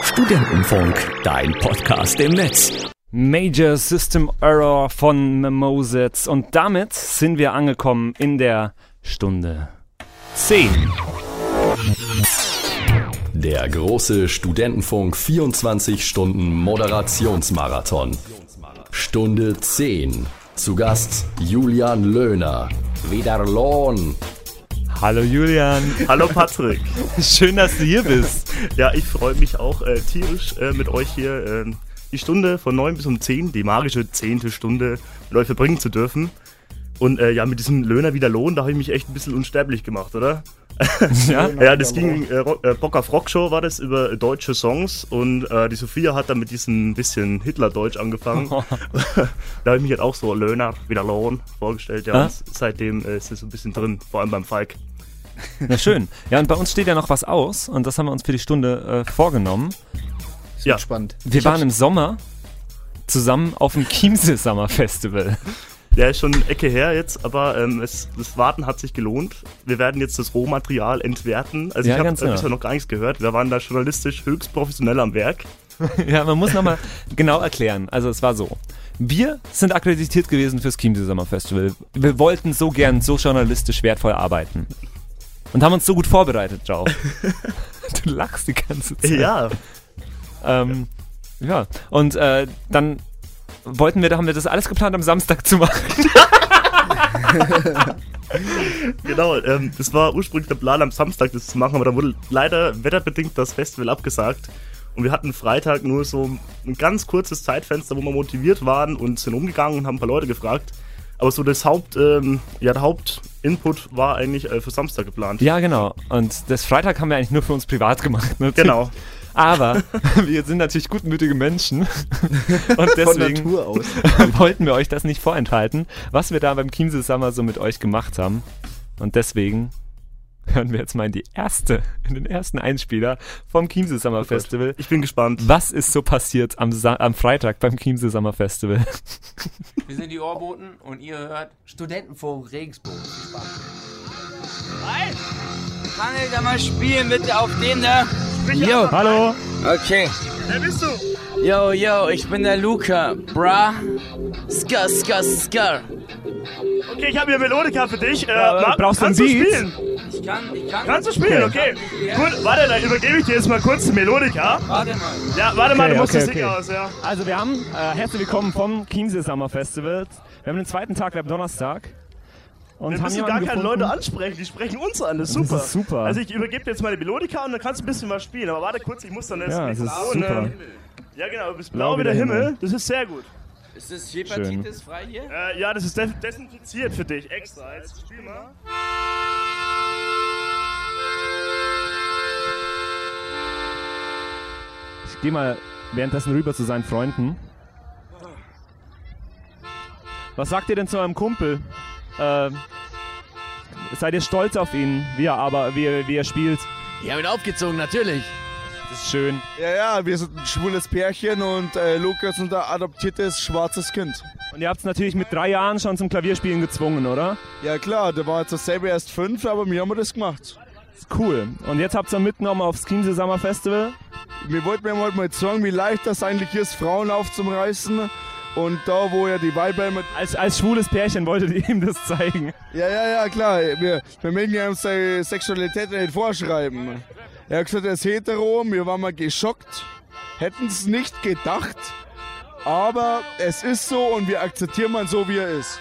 Studentenfunk, dein Podcast im Netz. Major System Error von Mimosets. Und damit sind wir angekommen in der Stunde 10. Der große Studentenfunk 24 Stunden Moderationsmarathon. Stunde 10. Zu Gast Julian Löhner. Wiederlohn. Hallo Julian, Hallo Patrick. schön, dass du hier bist. Ja, ich freue mich auch äh, tierisch äh, mit euch hier ähm, die Stunde von 9 bis um 10, die magische zehnte Stunde mit euch verbringen zu dürfen. Und äh, ja, mit diesem Löhner wieder Lohn, da habe ich mich echt ein bisschen unsterblich gemacht, oder? Ja, Ja, das ging, äh, Rock, äh, Bock auf Rock Show war das über deutsche Songs und äh, die Sophia hat dann mit diesem bisschen Hitlerdeutsch angefangen. da habe ich mich halt auch so Löhner wieder Lohn vorgestellt, ja. Ah. und s- Seitdem äh, ist das so ein bisschen drin, vor allem beim Falk. na schön. Ja, und bei uns steht ja noch was aus und das haben wir uns für die Stunde äh, vorgenommen. Ja, Spannend. Wir waren im Sommer zusammen auf dem Chiemsee Summer Festival. Der ist schon eine Ecke her jetzt, aber ähm, es, das Warten hat sich gelohnt. Wir werden jetzt das Rohmaterial entwerten. Also Ja, ich habe ganz genau. bisher noch gar nichts gehört. Wir waren da journalistisch höchst professionell am Werk. Ja, man muss nochmal genau erklären. Also es war so. Wir sind akkreditiert gewesen fürs Chiemsee Summer Festival. Wir wollten so gern so journalistisch wertvoll arbeiten. Und haben uns so gut vorbereitet drauf. Du lachst die ganze Zeit. Ja, Ähm, ja. Und äh, dann wollten wir, da haben wir das alles geplant, am Samstag zu machen. genau. Ähm, das war ursprünglich der Plan, am Samstag das zu machen, aber da wurde leider wetterbedingt das Festival abgesagt. Und wir hatten Freitag nur so ein ganz kurzes Zeitfenster, wo wir motiviert waren und sind umgegangen und haben ein paar Leute gefragt. Aber so das Haupt, ähm, ja, der Hauptinput war eigentlich äh, für Samstag geplant. Ja, genau. Und das Freitag haben wir eigentlich nur für uns privat gemacht. ne? Genau. Aber wir sind natürlich gutmütige Menschen. Und Von deswegen Natur aus. wollten wir euch das nicht vorenthalten, was wir da beim Chiemsee Summer so mit euch gemacht haben. Und deswegen hören wir jetzt mal in die erste, in den ersten Einspieler vom Chiemsee Oh Summer Festival. Ich bin gespannt. Was ist so passiert am, Sa am Freitag beim Chiemsee Summer Festival? Wir sind die Ohrboten und ihr hört Studentenfunk Regensburg. Viel Spaß. Kann ich da mal spielen bitte auf den da? Jo, Hallo! okay. Wer bist du? Yo, yo, ich bin der Luca, bra. Ska, ska, ska. Okay, ich habe hier Melodika für dich. Äh, Marc, brauchst du kannst einen du Beat? spielen? Ich kann, ich kann. Kannst du spielen, okay. Gut, warte, dann übergebe ich dir jetzt mal kurz die Melodika. Warte mal. Ja, warte mal, Okay, du musst okay, das Ding okay. aus, ja. Also wir haben, äh, herzlich willkommen vom Chiemsee Summer Festival. Wir haben den zweiten Tag, wir haben Donnerstag. Und Wir haben müssen jemanden gar keine gefunden. Leute ansprechen, die sprechen uns an, das ist super. ist super. Also ich übergebe dir jetzt meine Melodika und dann kannst du ein bisschen was spielen. Aber warte kurz, ich muss dann erst Ja, das ist super. ne? Ja genau, du bist blau wie der Himmel. das ist sehr gut. Ist das Hepatitis frei hier? Äh, ja, das ist des desinfiziert für dich, extra. Jetzt spiel mal. Ich gehe mal währenddessen rüber zu seinen Freunden. Was sagt ihr denn zu eurem Kumpel? Ähm, seid ihr stolz auf ihn, wie er aber wie er, wie er spielt? Die haben ihn aufgezogen, natürlich. Das ist schön. Ja, ja, wir sind ein schwules Pärchen und äh, Lukas und ein adoptiertes schwarzes Kind. Und ihr habt es natürlich mit drei Jahren schon zum Klavierspielen gezwungen, oder? Ja klar, der war jetzt dasselbe erst fünf, aber wir haben das gemacht. Ist cool. Und jetzt habt ihr mitgenommen aufs Chiemsee Summer Festival. Wir wollten mir heute mal zeigen, wie leicht das eigentlich ist, Frauen aufzureißen. Und da, wo ja die Weiber immer... Als, als schwules Pärchen wolltet ihr ihm das zeigen. Ja, ja, ja, klar, wir, wir mögen ja uns seine Sexualität nicht vorschreiben. Er hat gesagt, er ist hetero, wir waren mal geschockt, hätten es nicht gedacht. Aber es ist so und wir akzeptieren mal so, wie er ist.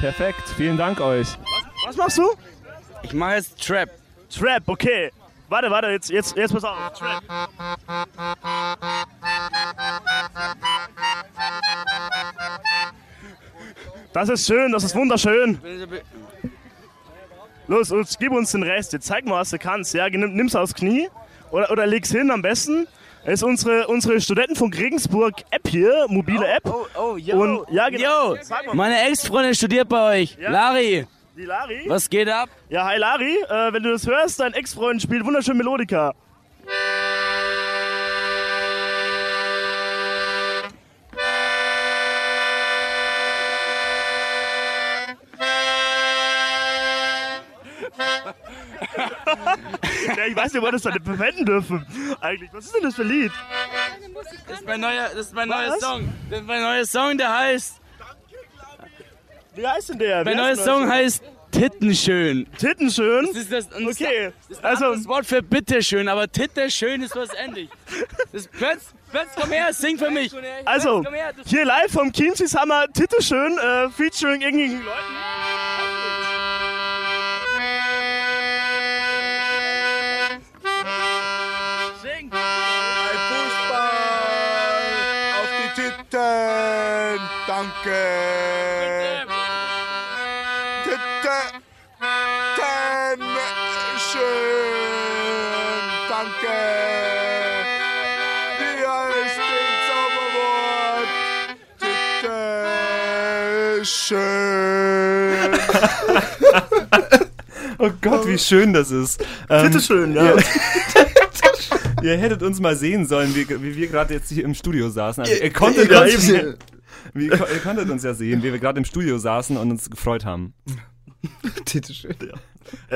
Perfekt. Vielen Dank euch. Was machst du? Ich mache jetzt Trap. Trap, okay. Warte, warte, jetzt, jetzt, jetzt pass auf. Trap. Das ist schön, das ist wunderschön. Los, jetzt gib uns den Rest. Jetzt zeig mal, was du kannst. Ja, nimm, nimm's aufs Knie oder, oder leg's hin am besten. Das ist unsere, unsere Studentenfunk Regensburg App hier, mobile App. Oh, oh, yo. Und ja, genau. Yo, meine Ex-Freundin studiert bei euch. Lari, Die Lari. was geht ab? Ja, hi Lari, äh, wenn du das hörst, dein Ex-Freund spielt wunderschön Melodika. Ja, ich weiß nicht, wo wir das dann verwenden dürfen. Eigentlich, was ist denn das für ein Lied? Das ist mein neuer, das ist mein neuer Song. Das ist mein neuer Song, der heißt. Wie heißt denn der? Mein Wie neuer heißt denn Song heißt Tittenschön. das? Tittenschön. Das ist das, und das Okay, Also also das Wort für bitterschön, aber Titterschön ist was ähnlich. Das Plötz, Plötz, komm her, sing für mich. Also, komm her, du- hier live vom Chiemsee Summer, Titteschön, äh, featuring irgendwelchen Leuten. Sing. Fußball auf die Titten. Danke. Titten. Titten. Schön. Danke. Hier ist das Zauberwort. Titten. Schön. Oh Gott, wie schön das ist. Ähm, Titteschön, ja. ihr hättet uns mal sehen sollen, wie, wie wir gerade jetzt hier im Studio saßen. Also, ihr, konntet ja, uns, eben. wie, ihr konntet uns ja sehen, wie wir gerade im Studio saßen und uns gefreut haben. Tittischön. Äh,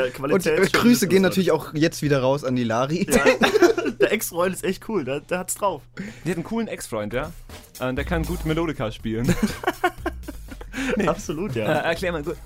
Und Qualität äh, schon, Grüße das gehen ist natürlich auch jetzt wieder raus an die Lari. halt- Der Ex-Freund ist echt cool, der, der hat's drauf. Die hat einen coolen Ex-Freund, ja? Äh, Der kann gut Melodica spielen. Absolut, Äh, ja. erklär, mal, gut-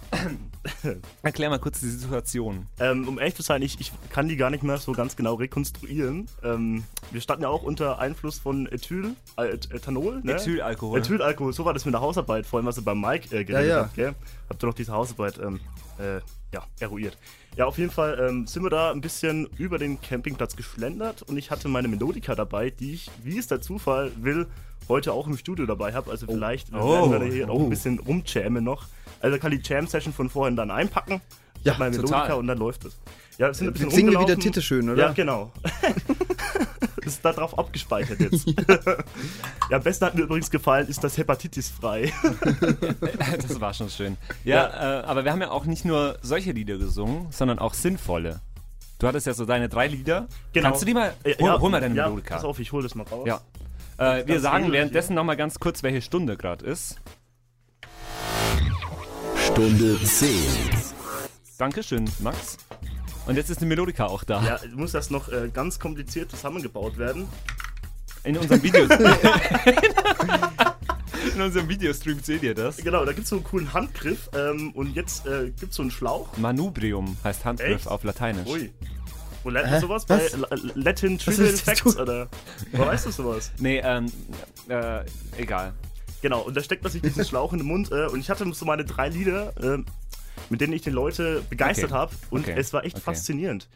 erklär mal kurz die Situation. Ähm, um ehrlich zu sein, ich, ich kann die gar nicht mehr so ganz genau rekonstruieren. Ähm, wir standen ja auch unter Einfluss von Ethyl, äh, Et- Ethanol, ne? Ethylalkohol. Ethylalkohol, so war das mit der Hausarbeit, vorhin, was ihr bei Mike äh, geredet Ja, ja. habt, gell? Habt ihr noch diese Hausarbeit ähm, äh, ja, eruiert. Ja, auf jeden Fall ähm, sind wir da ein bisschen über den Campingplatz geschlendert und ich hatte meine Melodika dabei, die ich, wie es der Zufall will, heute auch im Studio dabei habe. Also vielleicht Oh. werden wir hier auch ein bisschen rumjammen noch. Also kann die Jam-Session von vorhin dann einpacken. Ich Ja, hab meine total. Melodika und dann läuft es. Ja, wir sind ein bisschen Singen wir wieder rumgelaufen. Titte schön, oder? Ja, genau. ist da drauf abgespeichert jetzt. Ja, am besten hat mir übrigens gefallen, ist das Hepatitis frei. Das war schon schön. Ja, Äh, aber wir haben ja auch nicht nur solche Lieder gesungen, sondern auch sinnvolle. Du hattest ja so deine drei Lieder. Kannst du die mal. Hol, hol mal deine Genau. Äh, ja, Melodika. Pass auf, ich hol das mal raus. Ja. Äh, wir ganz sagen edel währenddessen nochmal ganz kurz, welche Stunde gerade ist. Stunde 10. Dankeschön, Max. Und jetzt ist die Melodika auch da. Ja, muss das noch äh, ganz kompliziert zusammengebaut werden. In unserem Video. In unserem Videostream seht ihr das. Genau, da gibt es so einen coolen Handgriff ähm, und jetzt äh, gibt es so einen Schlauch. Manubrium heißt Handgriff Echt? auf Lateinisch. Ui. Wo lernt man sowas? Bei Was? La- Latin Trivial ist das Facts, du- oder? Wo weißt du sowas? Nee, ähm, äh, egal. Genau, und da steckt man sich diesen Schlauch in den Mund äh, und ich hatte so meine drei Lieder, ähm, mit denen ich die Leute begeistert Okay. habe und Okay. es war echt Okay. faszinierend.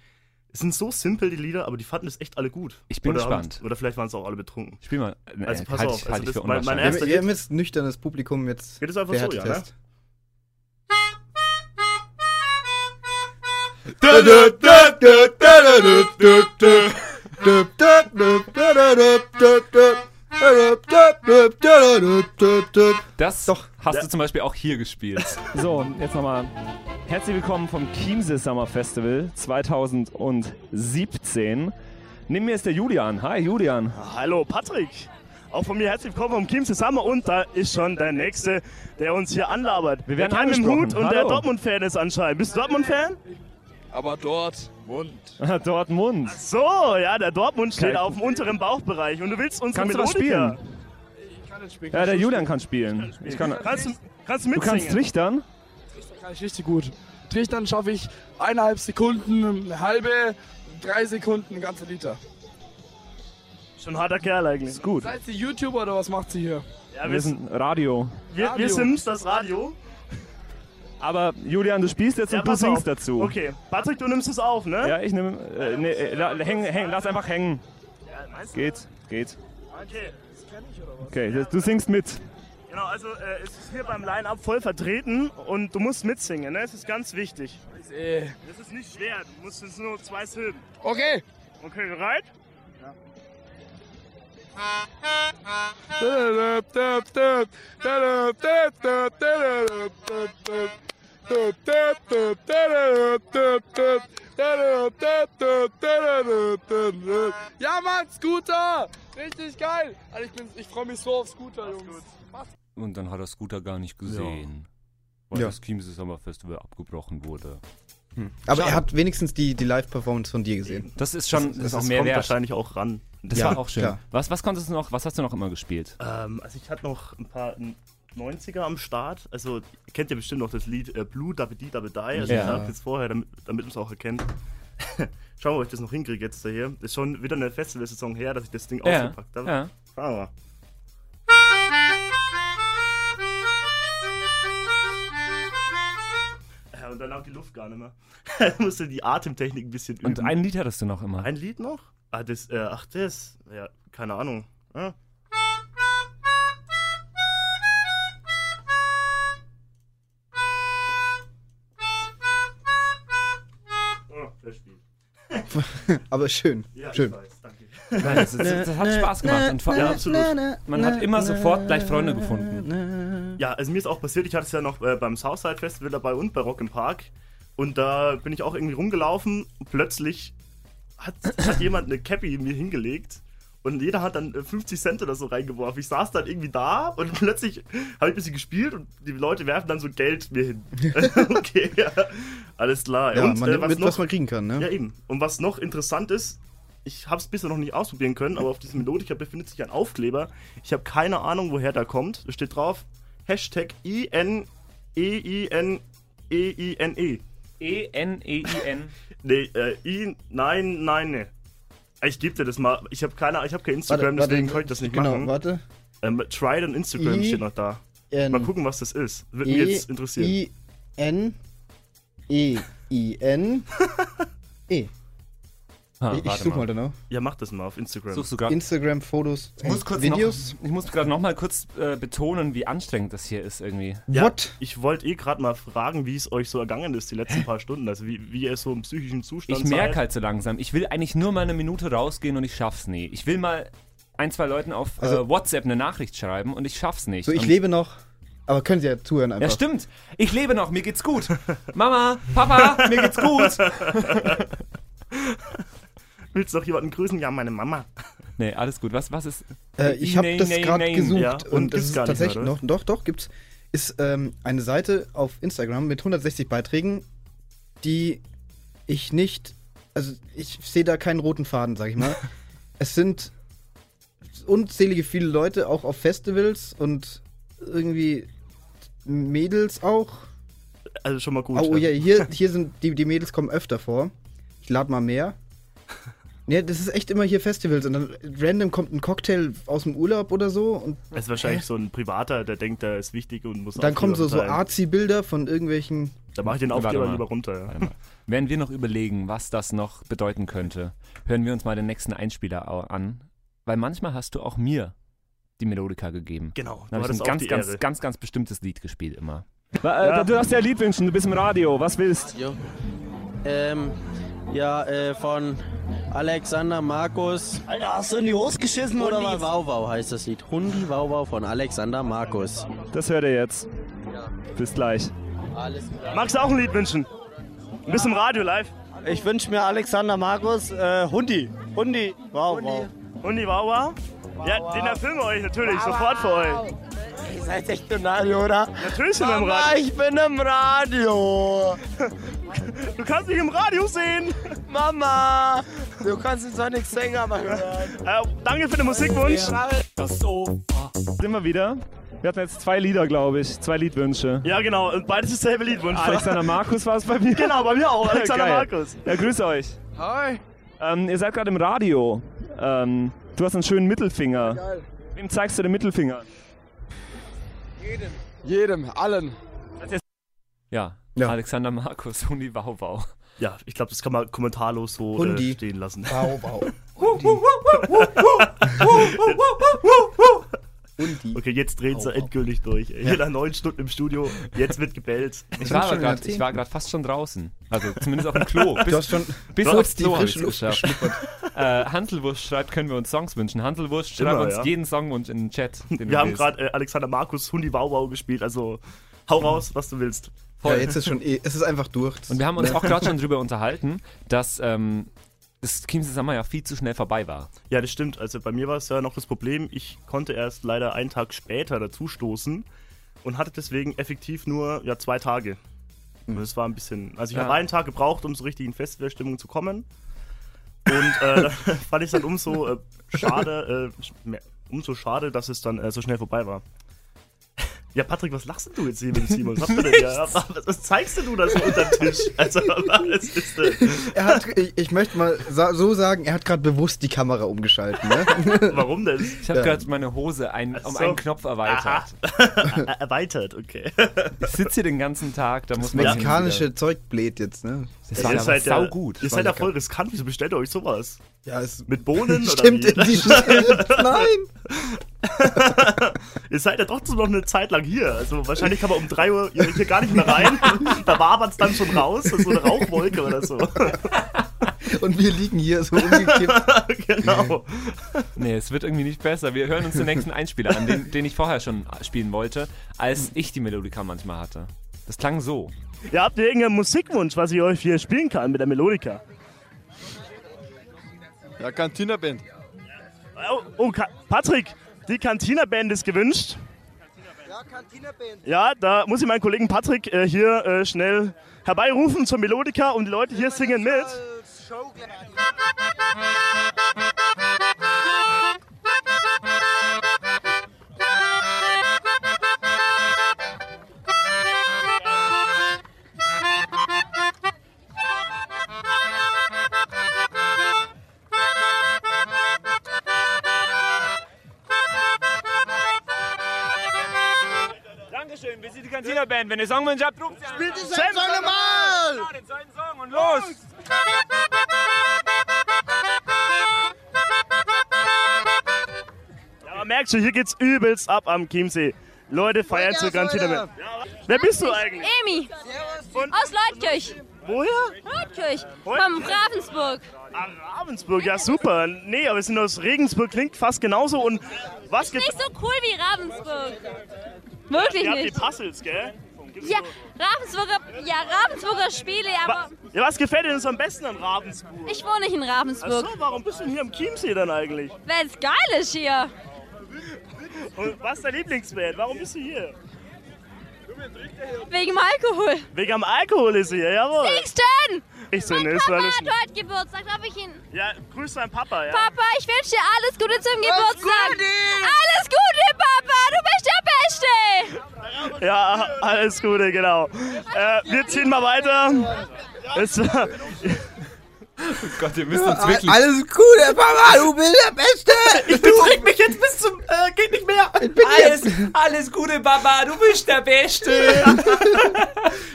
Es sind so simpel, die Lieder, aber die fanden es echt alle gut. Ich bin oder gespannt. Haben, oder vielleicht waren es auch alle betrunken. Spiel mal. Nee, Also pass halt auf, ich, also halt ich das- für mein- mein unwahrscheinlich. Wir haben- erster wir Hit. haben jetzt nüchternes Publikum jetzt. Geht es einfach wer so, hat ja, ne? Test? Das Doch. hast du zum Beispiel auch hier gespielt. So, jetzt nochmal. Herzlich willkommen vom Chiemsee Summer Festival 2017. Neben mir ist der Julian. Hi Julian. Ah, Hallo Patrick! Auch von mir herzlich willkommen vom Team zusammen und da ist schon der Nächste, der uns hier anlabert. Wir werden der Mann im angesprochen. Hut und der Hallo. Dortmund-Fan ist anscheinend. Bist du Dortmund-Fan? Aber dort, Mund. Dortmund. So, ja, der Dortmund steht Geil. auf dem unteren Bauchbereich und du willst unsere Kannst du was Melodika. spielen? Ja, der Julian kann spielen. Ich kann, Kannst du, kannst du du mitsingen? kannst trichtern. Kann ich richtig gut. Trichtern schaffe ich eineinhalb Sekunden, eine halbe, drei Sekunden, ein ganzer Liter. Schon harter Kerl eigentlich. Gut. Seid ihr YouTuber oder was macht sie hier? Ja, Wir sind Radio. wir, wir Radio. Sims, das Radio. Aber Julian, du spielst jetzt Ja, und du pass auf. singst dazu. Okay, Patrick, du nimmst es auf, ne? Ja, ich nehme. Äh, nee, äh, la- häng, häng, lass einfach hängen. meinst Geht, geht. Okay. Okay, das- du singst mit. Genau, also äh, es ist hier beim Line-Up voll vertreten und du musst mitsingen, ne? Es ist ganz wichtig. Das ist nicht schwer, du musst jetzt nur zwei Silben. Okay. Okay, bereit? Ja, Mann, Scooter! Richtig geil! Alter, ich, bin- ich freue mich so auf Scooter, Jungs. Und dann hat er Scooter gar nicht gesehen. Weil das Chiemsee Sommerfestival abgebrochen wurde. Aber er hat wenigstens die, die Live-Performance von dir gesehen. Das ist schon, das, ist auch das mehr kommt wert. wahrscheinlich auch ran. Das Ja, war auch schön. klar. Was, was konntest du noch, was hast du noch immer gespielt? Ähm, also ich hatte noch ein paar 90er am Start. Also kennt ihr bestimmt noch das Lied äh, Blue Double D Double Die. Also Ja. ich sag's jetzt vorher, damit, damit man es auch erkennt. Schauen wir, ob ich das noch hinkriege jetzt hier. Ist schon wieder eine Festival-Saison her, dass ich das Ding ausgepackt habe. ja. Schauen wir mal. Ja, und dann auch die Luft gar nicht mehr. Ich musste die Atemtechnik ein bisschen üben. Und ein Lied hattest du noch immer. Ein Lied noch? Ah, das, äh, ach, das. Ja, keine Ahnung. Ah. Ja. Oh, das Spiel. Aber schön. Ja, schön. ich weiß, danke. Nein, das, das, das hat Spaß gemacht. Und vor Ja, allem, absolut. man hat immer sofort gleich Freunde gefunden. Ja, also mir ist auch passiert, ich hatte es ja noch äh, beim Southside Festival dabei und bei Rock im Park. Und da bin ich auch irgendwie rumgelaufen und plötzlich hat, hat jemand eine Cappy mir hingelegt. Und jeder hat dann äh, 50 Cent oder so reingeworfen. Ich saß dann irgendwie da und plötzlich habe ich ein bisschen gespielt und die Leute werfen dann so Geld mir hin. okay, ja. Alles klar. Ja, und man äh, nimmt was mit, noch? was man kriegen kann, ne? Ja, eben. Und was noch interessant ist, ich habe es bisher noch nicht ausprobieren können, aber auf diesem Melodiker befindet sich ein Aufkleber. Ich habe keine Ahnung, woher der kommt. Da steht drauf Hashtag E I-N-E-I-N-E-I-N-E. E-N-E-I-N. E. Nee, äh, I, nein, nein, ne. Ich gebe dir das mal. Ich habe keine, ich habe kein Instagram, deswegen konnte ich das nicht genau, machen. warte. Ähm, Tried on Instagram I- steht noch da. N Mal gucken, was das ist. Würde E mich jetzt interessieren. I N E I N E. Ah, Ich, ich warte suche mal mal. danach. ja, mach das mal auf Instagram. Suchst du grad. Instagram Fotos, Ich muss kurz Videos. Noch, ich muss gerade noch mal kurz äh, betonen, wie anstrengend das hier ist irgendwie. Ja, What? Ich wollte eh gerade mal fragen, wie es euch so ergangen ist die letzten paar Stunden. Also wie, wie ihr so im psychischen Zustand Ich merke seid. halt so langsam, ich will eigentlich nur mal eine Minute rausgehen und ich schaff's nie. Ich will mal ein, zwei Leuten auf äh, Also- WhatsApp eine Nachricht schreiben und ich schaff's nicht. So, ich Ähm. und lebe noch. Aber können Sie ja zuhören ja, einfach. stimmt. Ich lebe noch, mir geht's gut. Mama, Papa, mir geht's gut. Willst du noch jemanden grüßen? Ja, meine Mama. Nee, alles gut. Was, was ist. Äh, ich habe Nee, das nee, gerade nee. gesucht Ja, und und, gibt's es ist gar nicht mehr, tatsächlich oder noch, doch, doch, gibt's. Ist ähm, eine Seite auf Instagram mit 160 Beiträgen, die ich nicht, also ich sehe da keinen roten Faden, sag ich mal. es sind unzählige viele Leute, auch auf Festivals und irgendwie Mädels auch. Also schon mal gut. Oh ja, hier, hier sind die, die Mädels kommen öfter vor. Ich lade mal mehr. Ja, das ist echt immer hier Festivals und dann random kommt ein Cocktail aus dem Urlaub oder so und Es ist wahrscheinlich so ein Privater, der denkt, der ist wichtig und muss dann Aufkleber kommen so, so verteilen. Arzi-Bilder von irgendwelchen. Da mache ich den Warte Aufkleber mal. lieber runter. Ja. Warte mal. Während wir noch überlegen, was das noch bedeuten könnte, hören wir uns mal den nächsten Einspieler au- an. Weil manchmal hast du auch mir die Melodika gegeben. Genau, Dann du habe ich hattest ein auch ganz, die ganz, Ehre. ganz, ganz bestimmtes Lied gespielt immer. Ja. äh, Du darfst dir ein Lied wünschen, du bist im Radio, was willst? Ähm, ja, äh, von Alexander Markus. Alter, hast du in die Hose geschissen oder Hundi was? Wauwau heißt das Lied. Hundi Wauwau von Alexander Markus. Das hört ihr jetzt. Bis gleich. Alles klar. Magst du auch ein Lied wünschen? Du bist im Radio live. Ich wünsche mir Alexander Markus äh, Hundi. Hundi. Wow, wow. Und die Wawa? Ja, den erfüllen wir euch natürlich, sofort für euch. Ihr seid echt im Radio, oder? Natürlich sind wir im Mama, Radio. ich bin im Radio. Du kannst mich im Radio sehen. Mama, du kannst jetzt zwar nichts singen, aber hören. Äh, danke für den Musikwunsch. Sind wir wieder? Wir hatten jetzt zwei Lieder, glaube ich. Zwei Liedwünsche. Ja, genau. Und beides ist derselbe Liedwunsch. Alexander Markus war es bei mir. Genau, bei mir auch. Alexander Geil. Markus. Ja, grüß euch. Hi. Ähm, ihr seid gerade im Radio. Ähm, du hast einen schönen Mittelfinger. Geil. Wem zeigst du den Mittelfinger? Jedem, allen. Ja, Ja. Alexander Markus, Hundi Wauwau. Ja, ich glaube, das kann man kommentarlos so äh, Hundi. Ah. stehen lassen. Wow, wow. Und die. Okay, jetzt dreht's er endgültig durch. Ey. Hier nach neun Stunden im Studio, jetzt wird gebellt. Ich war aber schon grad- wieder ich zehn. war gerade fast schon draußen. Also zumindest auf dem Klo. Bis, Du hast schon bis du aufs hast die Klo hab frische ich's Luft geschafft. Äh, Hantelwurst schreibt, können wir uns Songs wünschen. Hantelwurst, schreib Immer, uns ja. jeden Songwunsch in den Chat. Den Wir haben willst. gerade äh, Alexander Markus Hundi Wow Wow gespielt, also hau raus, was du willst. Ja, jetzt ist schon eh, es ist einfach durch. Und wir haben uns auch gerade schon drüber unterhalten, dass ähm, das Kim Summer ja viel zu schnell vorbei war. Ja, das stimmt. Also bei mir war es ja noch das Problem, ich konnte erst leider einen Tag später dazustoßen und hatte deswegen effektiv nur ja, zwei Tage. Und es war ein bisschen. Also ich Ja. habe einen Tag gebraucht, um so richtig in Festivalstimmung zu kommen. Und äh, da fand ich es dann umso äh, schade, äh, mehr- umso schade, dass es dann äh, so schnell vorbei war. Ja, Patrick, was lachst denn du jetzt hier mit dem Simon? Was, habt ihr denn hier? Nichts. was, was zeigst denn du da so unter den Tisch? Also, was ist denn? Er hat, ich, ich möchte mal sa so sagen, er hat gerade bewusst die Kamera umgeschalten. Ne? Warum denn? Ich habe gerade meine Hose ein, um so. einen Knopf erweitert. erweitert, okay. Ich sitze hier den ganzen Tag, da muss Das man sich mexikanische Zeug bläht jetzt, ne? Das halt war aber halt saugut. Ihr seid ja voll riskant, wieso bestellt ihr euch sowas? Ja, es Mit Bohnen Stimmt, oder wie? die- stimmt, nein. ihr seid ja trotzdem noch eine Zeit lang hier. Also wahrscheinlich kann man um 3 Uhr hier gar nicht mehr rein. da wabert es dann schon raus, so eine Rauchwolke oder so. Und wir liegen hier so umgekippt. genau. Nee, es wird irgendwie nicht besser. Wir hören uns den nächsten Einspieler an, den, den ich vorher schon spielen wollte, als ich die Melodika manchmal hatte. Das klang so. Ja, habt ihr irgendeinen Musikwunsch, was ich euch hier spielen kann mit der Melodika? Ja, Cantina-Band. Oh, oh Ka Patrick, die Cantina-Band ist gewünscht. Ja, da muss ich meinen Kollegen Patrick äh, hier äh, schnell herbeirufen zur Melodika und die Leute hier singen mit. Dankeschön, wir sind die Cantina-Band. Wenn ihr Songwunsch habt, ruft sie an. Spielt die Sam- Song normal! Ja, den zweiten Song und los! Ja, aber merkst du, hier geht's übelst ab am Chiemsee. Leute feiern zur Cantina-Band. Wer bist du eigentlich? Emi. Aus Leutkirch. Woher? Ah, Leutkirch. Vom Ravensburg. Ravensburg, ja super. Nee, aber wir sind aus Regensburg, klingt fast genauso. Und was Ist gibt's? nicht so cool wie Ravensburg. Wirklich Ihr habt die nicht. Puzzles, gell? Ja, Ravensburger, ja, Ravensburger Spiele, aber Ja, was gefällt dir denn so am besten an Ravensburg? ich wohne nicht in Ravensburg. Achso, warum bist du denn hier am Chiemsee dann eigentlich? Weil es geil ist hier. Und was ist dein Lieblingsband? Warum bist du hier? Wegen dem Alkohol. Wegen am Alkohol ist sie hier, jawohl. Sixten! Ich so, ne, ist Papa alles. hat heute Geburtstag, darf ich ihn? Ja, grüß deinen Papa, ja. Papa, ich wünsche dir alles Gute zum Alles Geburtstag. Gute! Alles Gute, Papa, du bist der Beste. Ja, alles Gute, genau. Äh, wir ziehen mal weiter. Es war, Oh Gott, ihr müsst uns wirklich- Alles Gute, Papa, du bist der Beste! Ich betrink mich jetzt bis zum. Äh, geht nicht mehr! Alles, alles Gute, Papa, du bist der Beste!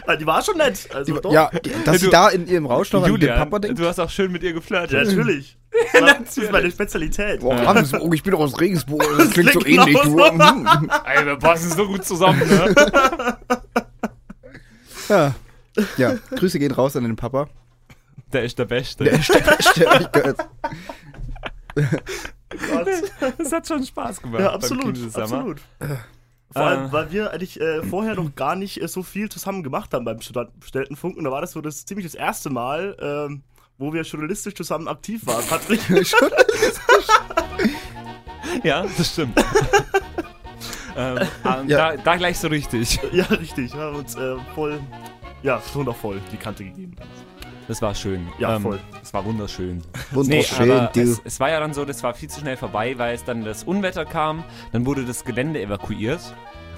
Ah, die war schon nett. Also, doch. Ja, dass sie da in ihrem Rausch noch an den Julian, Papa denkt. du hast auch schön mit ihr geflirtet. Ja, natürlich. Das war- das ist meine Spezialität. Boah, Ravensburg, ich bin doch aus Regensburg, das klingt so klingt ähnlich. Du. genauso. Hm. Ey, wir passen so gut zusammen, ne? Ja. ja, Grüße gehen raus an den Papa. Der ist der Beste. Der ist der Beste, hab ich gehört. Das hat schon Spaß gemacht. Ja, beim absolut. Kindle Summer. absolut. Vor Äh. allem, weil wir eigentlich äh, vorher noch gar nicht äh, so viel zusammen gemacht haben beim Studentenfunken. Da war das so das ziemlich das erste Mal, ähm, wo wir journalistisch zusammen aktiv waren. Patrick. Ja, das stimmt. ähm, ähm, da, da gleich so richtig. ja, richtig. Wir haben uns äh, voll, ja, schon noch voll die Kante gegeben. Das war schön. Ja, Ähm, voll. Es war wunderschön. Wunderschön, nee, aber du. es, es war ja dann so, das war viel zu schnell vorbei, weil es dann das Unwetter kam, dann wurde das Gelände evakuiert.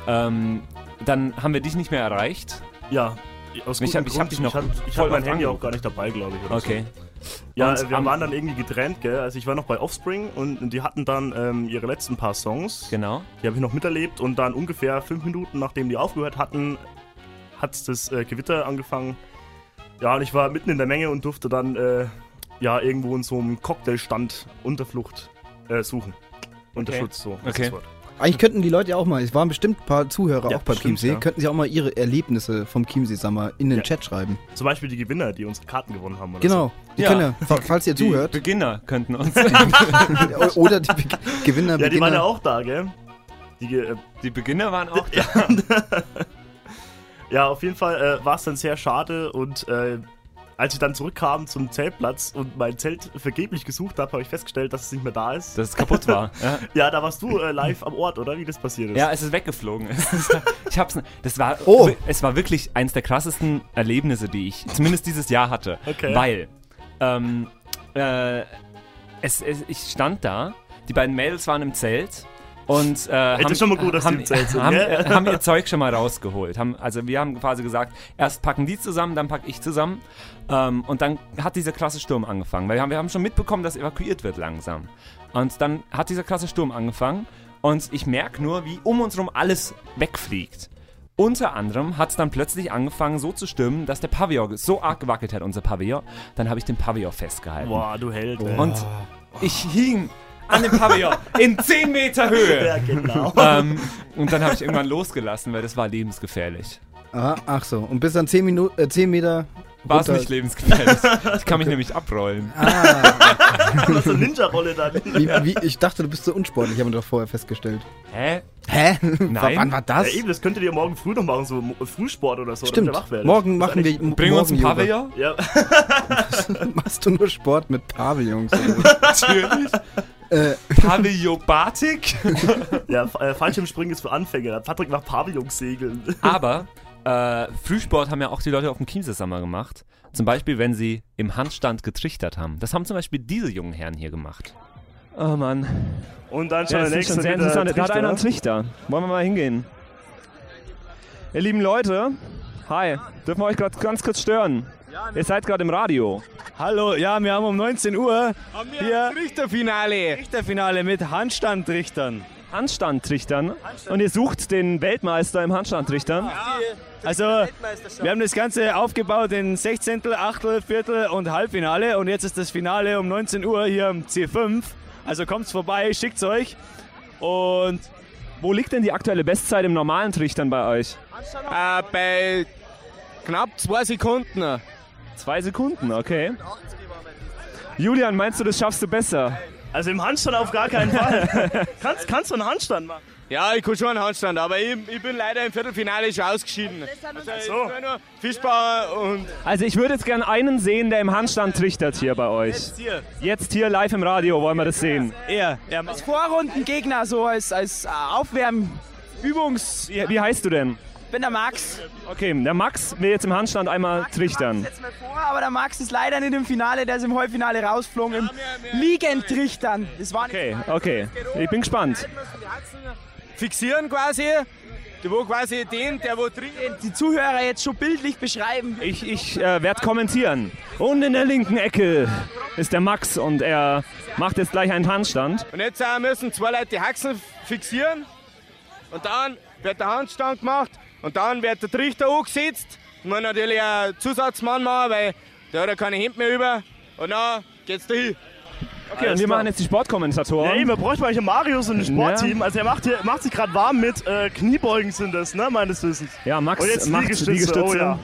Ähm, dann haben wir dich nicht mehr erreicht. Ja, aus ich gutem habe hab Grund. dich noch. Ich hab- ich voll hab mein oft Handy auch angerufen. gar nicht dabei, glaube ich, oder so. Okay. Ja, Und äh, wir am- waren dann irgendwie getrennt, gell? Also ich war noch bei Offspring und die hatten dann ähm, ihre letzten paar Songs. Genau. Die habe ich noch miterlebt und dann ungefähr fünf Minuten, nachdem die aufgehört hatten, hat das äh, Gewitter angefangen. Ja, und ich war mitten in der Menge und durfte dann äh, ja irgendwo in so einem Cocktailstand Unterflucht äh, suchen. Unterschutz, so. ist das Wort. Eigentlich könnten die Leute ja auch mal, es waren bestimmt ein paar Zuhörer Ja, auch beim bestimmt, Chiemsee, ja. könnten sie auch mal ihre Erlebnisse vom Chiemsee-Sommer in den Ja. Chat schreiben. Zum Beispiel die Gewinner, die unsere Karten gewonnen haben. Oder Genau, So. die können ja, fa- falls ihr Die zuhört. Beginner könnten uns. Oder die Be Gewinner, Ja, die Beginner. waren ja auch da, gell? Die, Ge- äh, Die Beginner waren auch da. ja, auf jeden Fall äh, war es dann sehr schade und äh, Als ich dann zurückkam zum Zeltplatz und mein Zelt vergeblich gesucht habe, habe ich festgestellt, dass es nicht mehr da ist. Dass es kaputt war, Ja, ja. da warst du äh, live am Ort, oder? Wie das passiert ist. Ja, es ist weggeflogen. ich hab's. Das war. Oh. Es war wirklich eins der krassesten Erlebnisse, die ich zumindest dieses Jahr hatte. Okay. Weil. Ähm, äh, es, es, ich stand da, die beiden Mädels waren im Zelt. Und äh, Ey, das haben, ist schon mal gut, dass die haben, im Zelt sind, haben, gell? äh, haben ihr Zeug schon mal rausgeholt. Haben, also wir haben quasi gesagt, erst packen die zusammen, dann pack ich zusammen. Ähm, und dann hat dieser krasse Sturm angefangen. Weil wir haben, wir haben schon mitbekommen, dass evakuiert wird langsam. Und dann hat dieser krasse Sturm angefangen. Und ich merke nur, wie um uns rum alles wegfliegt. Unter anderem hat es dann plötzlich angefangen so zu stimmen, dass der Pavillon so arg gewackelt hat, unser Pavillon. Dann habe ich den Pavillon festgehalten. Boah, du Held. ey. Und ich hing an dem Pavillon in 10 Meter Höhe. Ja, genau. Ähm, und dann habe ich irgendwann losgelassen, weil das war lebensgefährlich. Aha, ach so. Und bis dann 10, Minu äh, 10 Meter. War es runter- nicht lebensgefährlich. Ich kann mich nämlich abrollen. Du hast eine Ninja-Rolle dann. Wie, wie, ich dachte, du bist so unsportlich, haben wir doch vorher festgestellt. Hä? Hä? Wann war das? Ja, eben, das könntet ihr morgen früh noch machen, so Mo- Frühsport oder so. Stimmt. damit ihr wach werdet. Morgen Ist machen wir. eigentlich- m- morgen Yoga. Ja. Machst du nur Sport mit Pavillons? Natürlich. äh, Pavillobatik? ja, F- äh, Fallschirmspringen ist für Anfänger. Patrick macht Pavillonsegeln. Aber äh, Frühsport haben ja auch die Leute auf dem Chiemsee-Sommer gemacht. Zum Beispiel, wenn sie im Handstand getrichtert haben. Das haben zum Beispiel diese jungen Herren hier gemacht. Oh Mann. Und dann schon Ja, das der sind nächste. schon sehr mit der interessant. Da hat einer einen Trichter. Trichter. Wollen wir mal hingehen? Ihr lieben Leute, hi. Dürfen wir euch gerade ganz kurz stören? Ihr seid gerade im Radio. Hallo, ja, wir haben um 19 Uhr hier Richterfinale. Richterfinale mit Handstandtrichtern. Handstandtrichtern? Und ihr sucht den Weltmeister im Handstandtrichtern? Also, wir haben das Ganze aufgebaut in Sechzehntel, Achtel, Viertel und Halbfinale. Und jetzt ist das Finale um 19 Uhr hier am C5. Also kommt's vorbei, schickt's euch. Und wo liegt denn die aktuelle Bestzeit im normalen Trichtern bei euch? Äh, bei knapp zwei Sekunden. Zwei Sekunden, okay. Julian, meinst du, das schaffst du besser? Also im Handstand auf gar keinen Fall. kannst, kannst du einen Handstand machen? Ja, ich kann schon einen Handstand, aber ich, ich bin leider im Viertelfinale schon ausgeschieden. Also, ich so. bin nur Fischbauer und Also ich würde jetzt gern einen sehen, der im Handstand trichtert hier bei euch. Jetzt hier. Jetzt hier live im Radio wollen wir das sehen. er. er als Vorrundengegner, so als, äh, als Aufwärmübungs... Wie, wie heißt du denn? Ich bin der Max. Okay, der Max will jetzt im Handstand einmal trichtern. Jetzt mal vor, aber der Max ist leider nicht im Finale, der ist im Halbfinale rausgeflogen, im Liegentrichtern. Das war nicht Okay, okay. Ich bin gespannt. Fixieren quasi, der wo quasi den, der wo drin... Die Zuhörer jetzt schon bildlich beschreiben. Ich, ich äh, werde kommentieren. Und in der linken Ecke ist der Max und er macht jetzt gleich einen Handstand. Und jetzt äh, müssen zwei Leute die Haxen fixieren. Und dann wird der Handstand gemacht. Und dann wird der Trichter angesetzt. Und man natürlich einen Zusatzmann machen, weil der hat ja keine Hemd mehr über. Und dann geht's dahin. Okay, und Äh, wir machen jetzt die Ja, eben, Sportkommentatoren. wir bräuchten mal hier Mario so ein Sportteam. Also er macht, hier, macht sich gerade warm mit äh, Kniebeugen sind das, ne, meines Wissens. Ja, Max Und jetzt macht Liegestütze, Liegestütze. oh ja.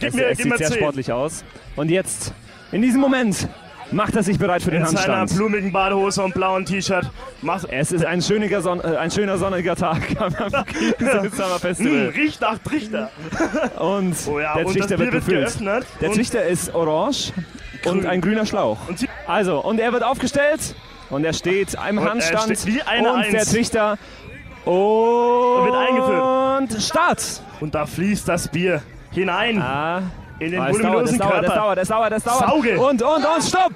Gib es, mir- es gib sieht mir sehr zehn. sportlich aus. Und jetzt, in diesem Moment, macht er sich bereit für den In seiner Handstand. blumigen Badehose und blauen T-Shirt. Macht- Es ist ein, schöniger Son äh, ein schöner sonniger Tag am Summer Hm, Festival. riecht nach Trichter. Und Oh ja, der und Trichter wird das Bier wird befüllt. geöffnet Der und- Trichter ist orange und ein grüner Schlauch. Also, und er wird aufgestellt und er steht im Und er Handstand steht wie eine und der Eins. Trichter und, wird eingeführt. Und Start! Und da fließt das Bier hinein. in den Ah, es dauert, es voluminosen dauert, es Körper. dauert, es dauert, es dauert. Sauge. Und, und, und, stopp!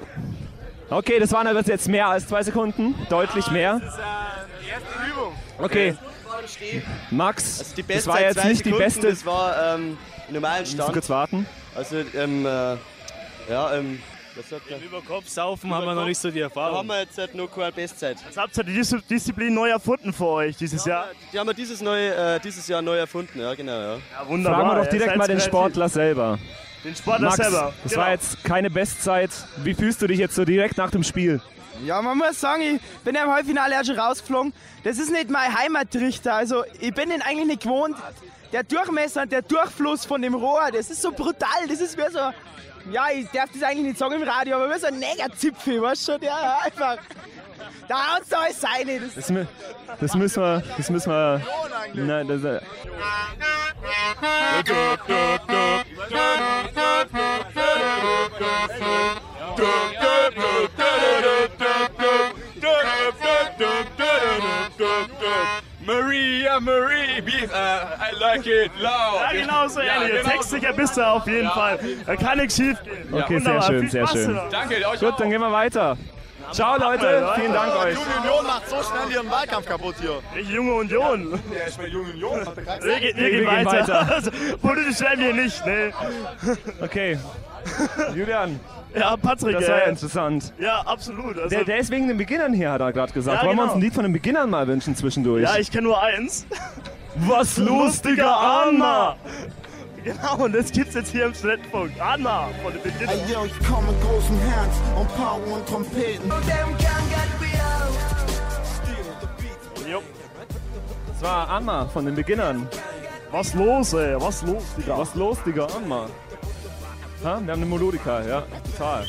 Okay, das waren aber jetzt mehr als zwei Sekunden, deutlich mehr. Okay, Max, Also die das Bestzeit war jetzt zwei nicht die Sekunden, beste. Das war ähm, im normalen Müssen wir Stand. kurz warten. Also, ähm, äh, ja, ähm, was sagt man? Überkopfsaufen haben wir noch nicht so die Da haben wir jetzt halt noch keine Bestzeit. Jetzt habt ihr die Dis- Disziplin neu erfunden für euch dieses Jahr. Die haben wir dieses, neue, äh, dieses Jahr neu erfunden, ja, genau, ja. Ja, Fragen wir doch ja, direkt seid mal den kreativ. Sportler selber. Den Sportler Max, selber, Das genau. war jetzt keine Bestzeit. Wie fühlst du dich jetzt so direkt nach dem Spiel? Ja, man muss sagen, ich bin ja im Halbfinale auch schon rausgeflogen. Das ist nicht mein Heimattrichter. Also, ich bin den eigentlich nicht gewohnt. Der Durchmesser und der Durchfluss von dem Rohr, das ist so brutal. Das ist mir so. Ja, ich darf das eigentlich nicht sagen im Radio, aber wie so ein Negerzipfel, weißt du schon? Ja, einfach. Da haut's doch alles rein. Das Das, mü- das müssen wir. Das müssen wir. Nein, das, äh, Maria, Marie, be- uh, I like it loud. Ja, genau so, Ja, Elliot. genau Textsicher bist du auf jeden Ja. Fall. Da kann nichts schief gehen. Okay, sehr Wunderbar, schön, viel sehr Spaß schön. dabei. Gut, dann gehen wir weiter. Ciao, Leute. Vielen Dank euch. Union macht so schnell ihren Wahlkampf kaputt hier. Ich, Junge Union. Ja, ich bin Junge Union. Wir, ge- wir gehen weiter. Also, Politisch werden wir nicht, ne? Okay. Julian. Ja, Patrick, Das war ja äh, interessant. Ja, absolut. Also, Der, der ist wegen den Beginnern hier, hat er gerade gesagt. Ja, Wollen wir genau. uns ein Lied von den Beginnern mal wünschen zwischendurch? ja, ich kenne nur eins. Was lustiger Anna! Genau, und das gibt's jetzt hier im Flatfunk. Anna von den Beginnern. Ey, yo, ich komme mit großem Herz und Power und Trompeten. Das war Anna von den Beginnern. Was los, ey? Was los, Digga? Was los, Digga? Anna. Ha? Wir haben eine Melodika, ja, total.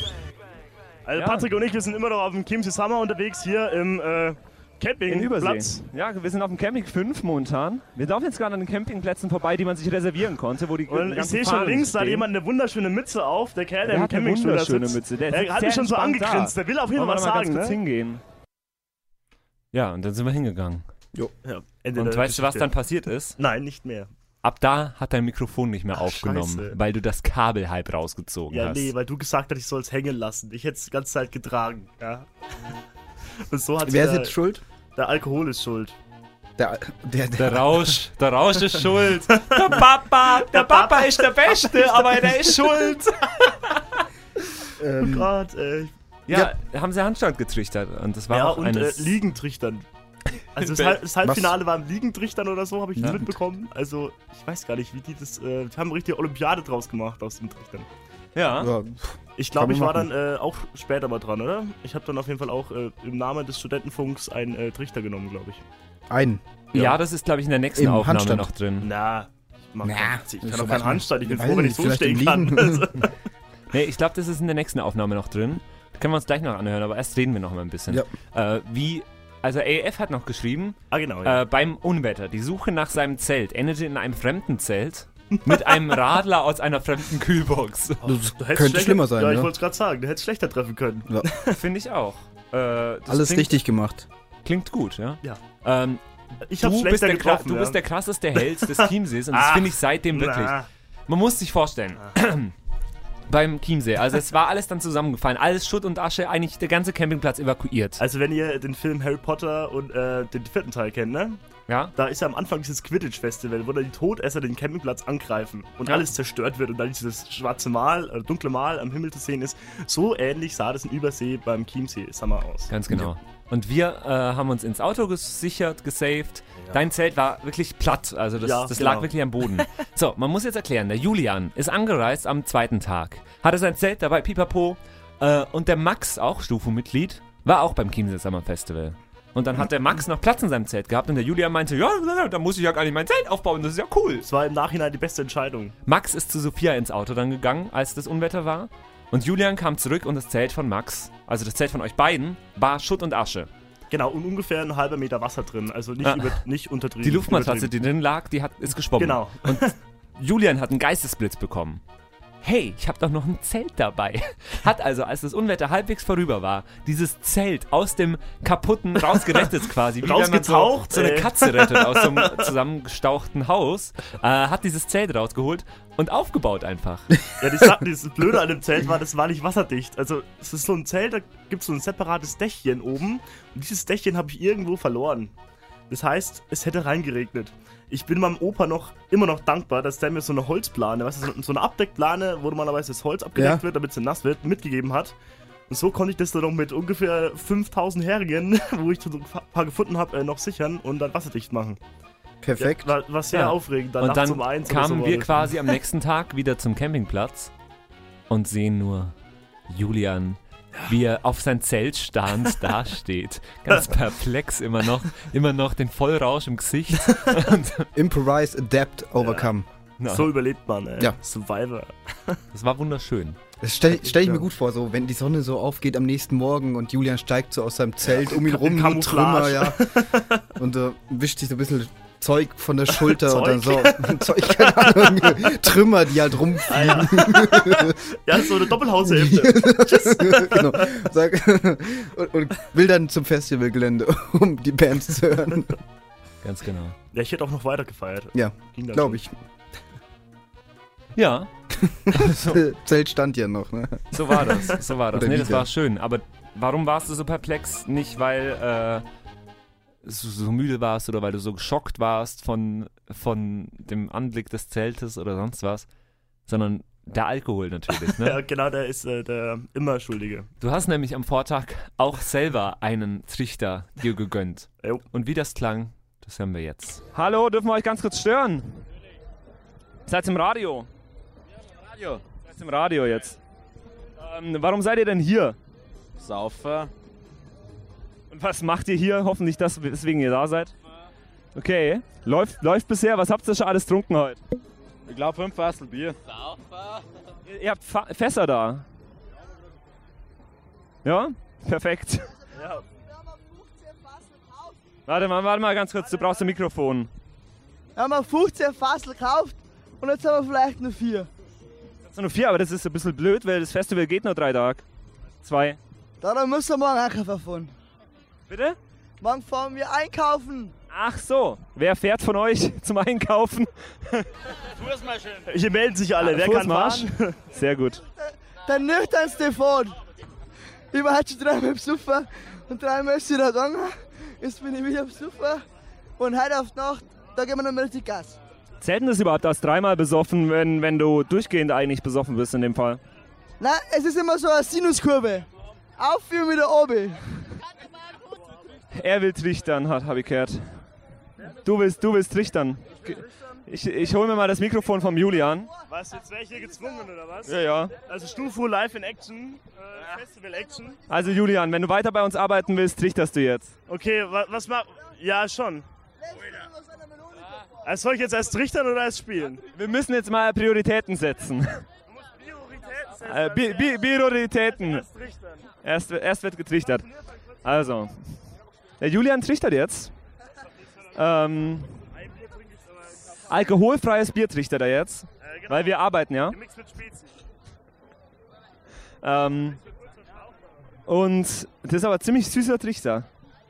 Also Ja. Patrick und ich, wir sind immer noch auf dem Kimchi Summer unterwegs hier im äh, Campingplatz. In Übersee. Ja, wir sind auf dem Camping 5 momentan. Wir laufen jetzt gerade an den Campingplätzen vorbei, die man sich reservieren konnte, wo die Und ich ganzen sehe schon Fahnen links, da hat stehen. jemand eine wunderschöne Mütze auf. Der Kerl, der, Der im hat eine Campingstuhl da wunderschöne sitzt. Mütze. Der, der ist hat sehr mich schon so entspannt da. angegrinst. Der will auf jeden Wollen Fall wir was mal ganz sagen, kurz ne? hingehen. Ja, und dann sind wir hingegangen. Jo. Ja, Ende Und der weißt du, was Geschichte. dann passiert ist? Nein, nicht mehr. Ab da hat dein Mikrofon nicht mehr aufgenommen, scheiße. weil du das Kabel halb rausgezogen Ja, hast. nee, weil du gesagt hast, ich soll es hängen lassen. Ich hätte es die ganze Zeit getragen. Ja. Und so hat Wer ist der- jetzt schuld? Der Alkohol ist schuld. Der, der, Der Rausch, der Rausch ist schuld. Der Papa, der Papa ist der Beste, aber der ist schuld. ähm, oh Gott, ey. Ja, haben sie Handstand getrichtert und das war ja, auch und äh, eines... Liegentrichtern. Also das, Halb Was? das Halbfinale war im Liegentrichtern oder so, habe ich Ja. mitbekommen. Also ich weiß gar nicht, wie die das... Äh, die haben eine richtige Olympiade draus gemacht aus dem Trichtern. Oh Ja. Ja, Ich kann glaube, man ich war machen. dann äh, auch später mal dran, oder? Ich habe dann auf jeden Fall auch äh, im Namen des Studentenfunks einen äh, Trichter genommen, glaube ich. Ein. ja. das ist, glaube ich, in der nächsten Im Aufnahme Handstand. noch drin. Na, ich, mach keinen Witz. ich kann so doch weiß keinen man- Handstand. Ich bin weiß froh, wenn ich nicht, so vielleicht stehen im kann. Liegen. Also, Nee, ich glaube, das ist in der nächsten Aufnahme noch drin. Das können wir uns gleich noch anhören, aber erst reden wir noch mal ein bisschen. Äh, wie, also AF hat noch geschrieben, ah, genau, äh, beim Unwetter, die Suche nach seinem Zelt endete in einem fremden Zelt mit einem Radler aus einer fremden Kühlbox. Das du hättest könnte schlechter- schlimmer sein, Ja, ich ne? wollte es gerade sagen. Du hättest schlechter treffen können. Finde ich auch. Äh, das Alles klingt- richtig gemacht. Klingt gut, ja? Ja. Ähm, Ich hab's du, bist schlechter der, Kra- getroffen, du ja. bist der krasseste Held des Chiemsees und das Ach, finde ich seitdem wirklich. na. Man muss sich vorstellen. Beim Chiemsee. Also es war alles dann zusammengefallen. Alles Schutt und Asche, eigentlich der ganze Campingplatz evakuiert. Also wenn ihr den Film Harry Potter und äh, den vierten Teil kennt, ne? Ja. Da ist ja am Anfang dieses Quidditch-Festival, wo dann die Todesser den Campingplatz angreifen und Ja. alles zerstört wird und dann dieses schwarze Mal, äh, dunkle Mal am Himmel zu sehen ist. So ähnlich sah das in Übersee beim Chiemsee Summer aus. Ganz genau. Und wir äh, haben uns ins Auto gesichert, gesaved. Dein Zelt war wirklich platt, also das, Ja, das genau. lag wirklich am Boden. so, man muss jetzt erklären, der Julian ist angereist am zweiten Tag, hatte sein Zelt dabei, pipapo, äh, und der Max, auch Stufenmitglied, war auch beim Chiemsee Summer Festival. Und dann hat der Max noch Platz in seinem Zelt gehabt und der Julian meinte, ja, ja, da muss ich ja gar nicht mein Zelt aufbauen, das ist ja cool. Es war im Nachhinein die beste Entscheidung. Max ist zu Sophia ins Auto dann gegangen, als das Unwetter war. Und Julian kam zurück und das Zelt von Max, also das Zelt von euch beiden, war Schutt und Asche. Genau, und ungefähr ein halber Meter Wasser drin, also nicht, Ja. über, nicht untertrieben. Die Luftmatratze, Hm, übertrieben. die drin lag, die hat, ist geschwommen. Genau. Und Julian hat einen Geistesblitz bekommen. Hey, ich habe doch noch ein Zelt dabei. Hat also, als das Unwetter halbwegs vorüber war, dieses Zelt aus dem kaputten rausgerettet quasi. wie wenn man Rausgetaucht, So, so eine ey. Katze rettet aus so einem zusammengestauchten Haus. Äh, hat dieses Zelt rausgeholt und aufgebaut einfach. Ja, das, war- das Blöde an dem Zelt war, das war nicht wasserdicht. Also, es ist so ein Zelt, da gibt es so ein separates Dächchen oben. Und dieses Dächchen habe ich irgendwo verloren. Das heißt, es hätte reingeregnet. Ich bin meinem Opa noch immer noch dankbar, dass der mir so eine Holzplane, weißt du, so- so eine Abdeckplane, wo normalerweise das Holz abgedeckt Ja. wird, damit es nicht nass wird, mitgegeben hat. Und so konnte ich das dann noch mit ungefähr 5000 Heringen, wo ich so ein paar gefunden habe, äh, noch sichern und dann wasserdicht machen. Perfekt. Ja, war, war sehr aufregend. Dann und nachts dann um eins oder kamen so war wir das. quasi am nächsten Tag wieder zum Campingplatz und sehen nur Julian, wie er auf sein Zelt starrend dasteht. Ganz perplex immer noch, immer noch den Vollrausch im Gesicht. Improvise, adapt, overcome. Ja. So überlebt man, ey. Ja. Survivor. Das war wunderschön. Das Äh, stelle stell ich mir gut vor, so wenn die Sonne so aufgeht am nächsten Morgen und Julian steigt so aus seinem Zelt um ihn Ka- rum, nur Camouflage. Trümmer, ja. Und äh, wischt sich so ein bisschen Zeug von der Schulter oder so. Zeug? Zeug, keine Ahnung. Trümmer, die halt rumfliegen. Ja, so eine Doppelhaushälfte. Tschüss. genau. Sag, und, und will dann zum Festivalgelände, um die Bands zu hören. Ganz genau. Ja, ich hätte auch noch weiter gefeiert. Ja, Ging dann glaube schon. ich. Ja. Das Zelt stand ja noch, ne? So war das, so war das. Oder Nee, das wieder. war schön. Aber warum warst du so perplex? Nicht, weil äh, so, so müde warst oder weil du so geschockt warst von, von dem Anblick des Zeltes oder sonst was, sondern der Alkohol natürlich. Ne? Ja, genau, der ist äh, der immer Schuldige. Du hast nämlich am Vortag auch selber einen Trichter dir gegönnt. Und wie das klang, das hören wir jetzt. Hallo, dürfen wir euch ganz kurz stören? Seid im Radio. Radio. Seid im Radio jetzt. Ähm, warum seid ihr denn hier? Saufer. Und was macht ihr hier? Hoffentlich, das, weswegen ihr da seid. Okay, läuft, läuft bisher. Was habt ihr schon alles trunken heute? Ich glaube, fünf Fassel Bier. Ihr, ihr habt Fa Fässer da. Ja? Perfekt. Ja. Warte mal, warte mal ganz kurz, du brauchst ein Mikrofon. Wir haben wir 15 Fassel gekauft und jetzt haben wir vielleicht nur vier. Das sind nur vier, aber das ist ein bisschen blöd, weil das Festival geht nur drei Tage. Zwei. Darum müssen wir morgen einkaufen fahren. Bitte? Morgen fahren wir einkaufen. Ach so. Wer fährt von euch zum Einkaufen? Hier melden sich alle. Wer kann Fußmarsch? fahren? Sehr gut. Der nüchternste Fahrt. Ich war heute schon dreimal besoffen und dreimal ist sie da gegangen. Jetzt bin ich wieder besoffen und heute auf die Nacht, da geben wir nochmal richtig Gas. Zählt denn das überhaupt als dreimal besoffen, wenn, wenn du durchgehend eigentlich besoffen bist in dem Fall? Nein, es ist immer so eine Sinuskurve. Auf und wieder oben. Er will trichtern, hat habe ich gehört. Du willst, du willst trichtern. Ich, ich hole mir mal das Mikrofon vom Julian. Was, jetzt wäre ich hier gezwungen, oder was? Ja, ja. Also Stufu live in Action, äh, Festival Action. Also Julian, wenn du weiter bei uns arbeiten willst, trichterst du jetzt. Okay, wa was mach... Ja, schon. Äh, Also soll ich jetzt erst trichtern oder erst spielen? Wir müssen jetzt mal Prioritäten setzen. Äh, Bi Bi Prioritäten. Erst, erst wird getrichtert. Also, der Julian trichtert jetzt. Ähm, alkoholfreies Bier trichtert er jetzt, weil wir arbeiten, ja? Mix mit Spezi. Ähm, und das ist aber ein ziemlich süßer Trichter.